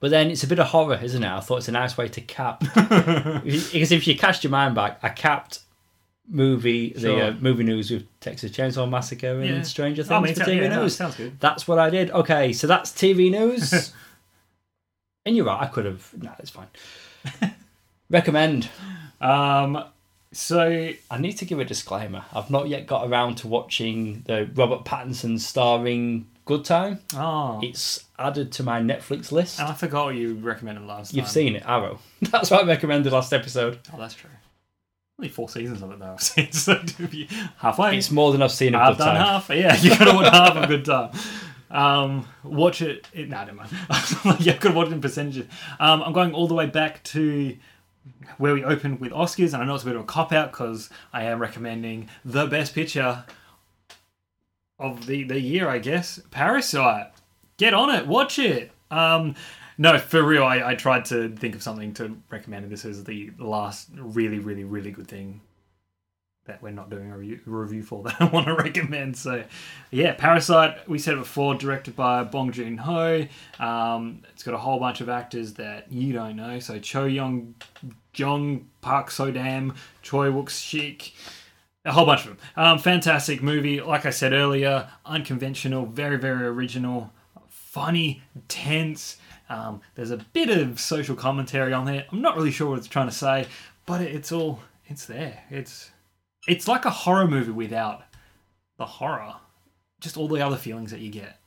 but then it's a bit of horror, isn't it? I thought it's a nice way to cap because if you cast your mind back, I capped movie the uh,
Sure.
movie news with Texas Chainsaw Massacre and
Yeah.
Stranger Things
I mean,
for
so-
TV
yeah, no,
news.
sounds good.
That's what I did. Okay, so that's TV news. and you're right. I could have. Nah, it's fine. Recommend.
Um, so
I need to give a disclaimer. I've not yet got around to watching the Robert Pattinson starring Good Time.
oh,
It's added to my Netflix list.
and I forgot what you recommended last.
You've
time.
seen it, Arrow. That's what I recommended last episode.
Oh, that's true. Only four seasons of it though. I've seen so do you- halfway.
It's more than I've seen of
I've
Good
done
Time.
half. Yeah, you gotta watch half a good time. Um, watch it. it nah, never mind. yeah, I could watch it in percentages. Um, I'm going all the way back to where we opened with Oscars, and I know it's a bit of a cop out because I am recommending the best picture of the the year, I guess. Parasite. Get on it. Watch it. Um, no, for real. I, I tried to think of something to recommend. and This is the last really, really, really good thing that we're not doing a review, review for that I want to recommend. So, yeah, Parasite, we said it before, directed by Bong Joon Ho. Um, it's got a whole bunch of actors that you don't know. So, Cho Young Jong, Park So Dam, Choi Wook Shik, a whole bunch of them. Um, fantastic movie. Like I said earlier, unconventional, very, very original, funny, tense. Um, there's a bit of social commentary on there. I'm not really sure what it's trying to say, but it, it's all, it's there. It's it's like a horror movie without the horror. Just all the other feelings that you get.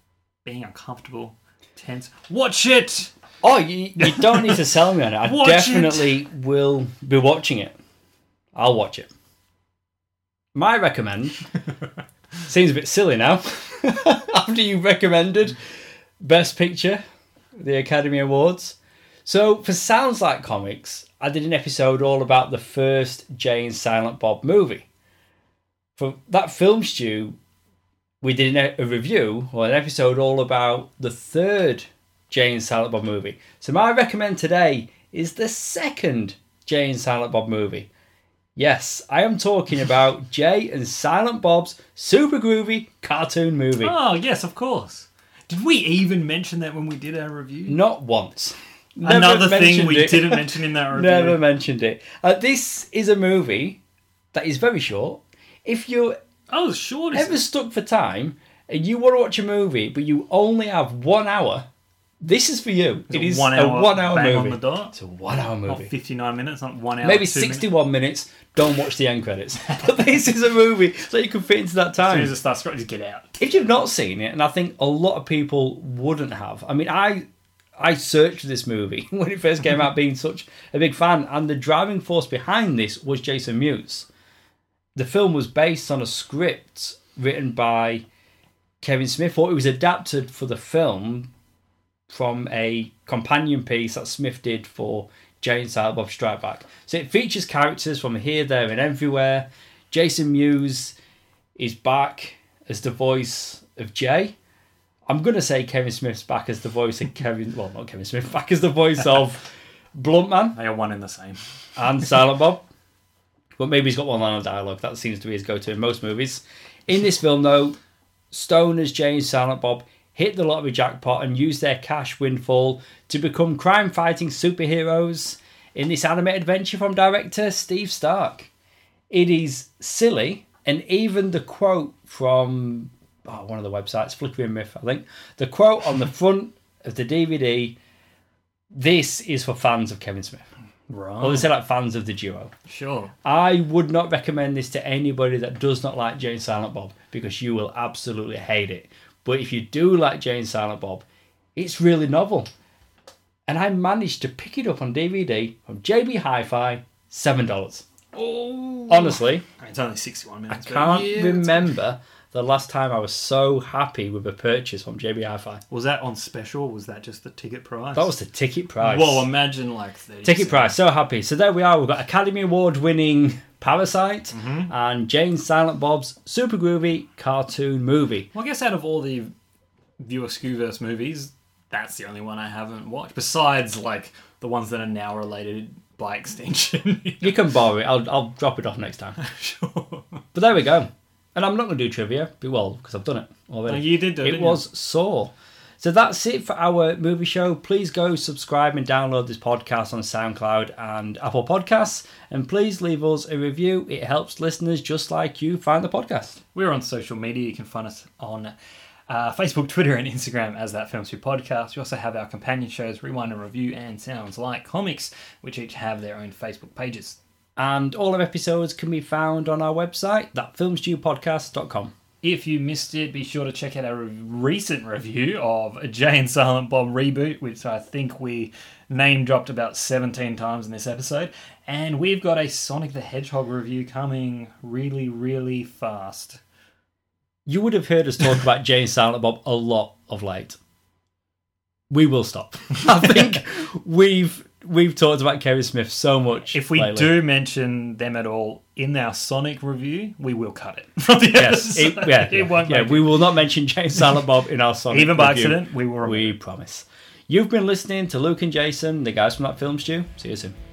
Being uncomfortable, tense. Watch it!
Oh, you, you don't need to sell me on it. I
Watch
definitely will be watching it. I'll watch it. My recommend seems a bit silly now after you recommended Best Picture, the Academy Awards. So, for Sounds Like Comics, I did an episode all about the first Jay and Silent Bob movie. For that film stew, we did an, e, a review or an episode all about the third Jay and Silent Bob movie. So my recommend today is the second Jay and Silent Bob movie. Yes, I am talking about Jay and Silent Bob's super groovy cartoon movie.
Oh, yes, of course. Did we even mention that when we did our review?
Not once. Never
Another thing
mentioned
we
it.
didn't mention in that review.
Never mentioned it. Uh, this is a movie that is very short. If you're
Oh, sure.
ever stuck for time and you want to watch a movie but you only have one hour, this is for you. It's
a one-hour
a one hour
bang
movie.
on the dot.
It's a one hour
Not
movie.
59 minutes, not one hour.
Maybe
two minutes.
61 minutes. Don't watch the end credits. But this is a movie that you can fit into that
As soon
time.
as it starts, scrolling, just get out.
If you've not seen it, and I think a lot of people wouldn't have. I mean, I I searched this movie when it first came out, being such a big fan, and the driving force behind this was Jason Mewes. The film was based on a script written by Kevin Smith, or it was adapted for the film from a companion piece that Smith did for Jay and Silent Bob Strike Back. So it features characters from here, there, and everywhere. Jason Mewes is back as the voice of Jay. I'm gonna say Kevin Smith's back as the voice of Kevin. Well, not Kevin Smith, back as the voice of Bluntman
They are one and the same.
and Silent Bob. But maybe he's got one line of dialogue. That seems to be his go-to in most movies. In this film, though, stoners Jay and Silent Bob hit the lottery jackpot and use their cash windfall to become crime-fighting superheroes in this anime adventure from director Steve Stark. It is silly, and even the quote from oh, one of the websites, Flickering Myth, I think, the quote on the front of the DVD, this is for fans of Kevin Smith.
Right.
Or they say like fans of the duo.
sure.
I would not recommend this to anybody that does not like Jane Silent Bob because you will absolutely hate it. But if you do like Jane Silent Bob, it's really novel. And I managed to pick it up on DVD from JB Hi Fi, $7.
Oh.
Honestly,
It's only 61 minutes. but
can't
yeah, it's-
remember the last time I was so happy with a purchase from JB Hi Fi.
Was that on special? or Was that just the ticket price?
That was the ticket price.
Well, imagine like 30
Ticket price, so happy. So there we are. We've got Academy Award winning Parasite
Mm-hmm.
and Jane Silent Bob's super groovy cartoon movie.
Well, I guess out of all the viewer Scooverse movies, that's the only one I haven't watched. Besides, like the ones that are now related by extension.
You can borrow it. I'll, I'll drop it off next time.
sure.
But there we go. And I'm not going to do trivia, but well, because I've done it already.
No, Oh, you did do it,
It
didn't
was Saw. So that's it for our movie show. Please go subscribe and download this podcast on SoundCloud and Apple Podcasts. And please leave us a review. It helps listeners just like you find the podcast.
We're on social media. You can find us on uh, Facebook, Twitter, and Instagram as That Film Street Podcast. We also have our companion shows, Rewind and Review, and Sounds Like Comics, which each have their own Facebook pages.
And all our episodes can be found on our website, thatfilmstewpodcast.com.
If you missed it, be sure to check out our re- recent review of Jay and Silent Bob Reboot, which I think we name dropped about 17 times in this episode. And we've got a Sonic the Hedgehog review coming really, really fast.
You would have heard us talk about Jay and Silent Bob a lot of late. We will stop. I think we've we've talked about Kevin Smith so much.
If we
lately.
do mention them at all in our Sonic review, we will cut it. from the
yes, it,
episode.
yeah, yeah,
it won't
yeah,
make
we will not mention Jay and Silent Bob in our song.
it. even by accident. We will.
We promise. You've been listening to Luke and Jason, the guys from that film stew. See you soon.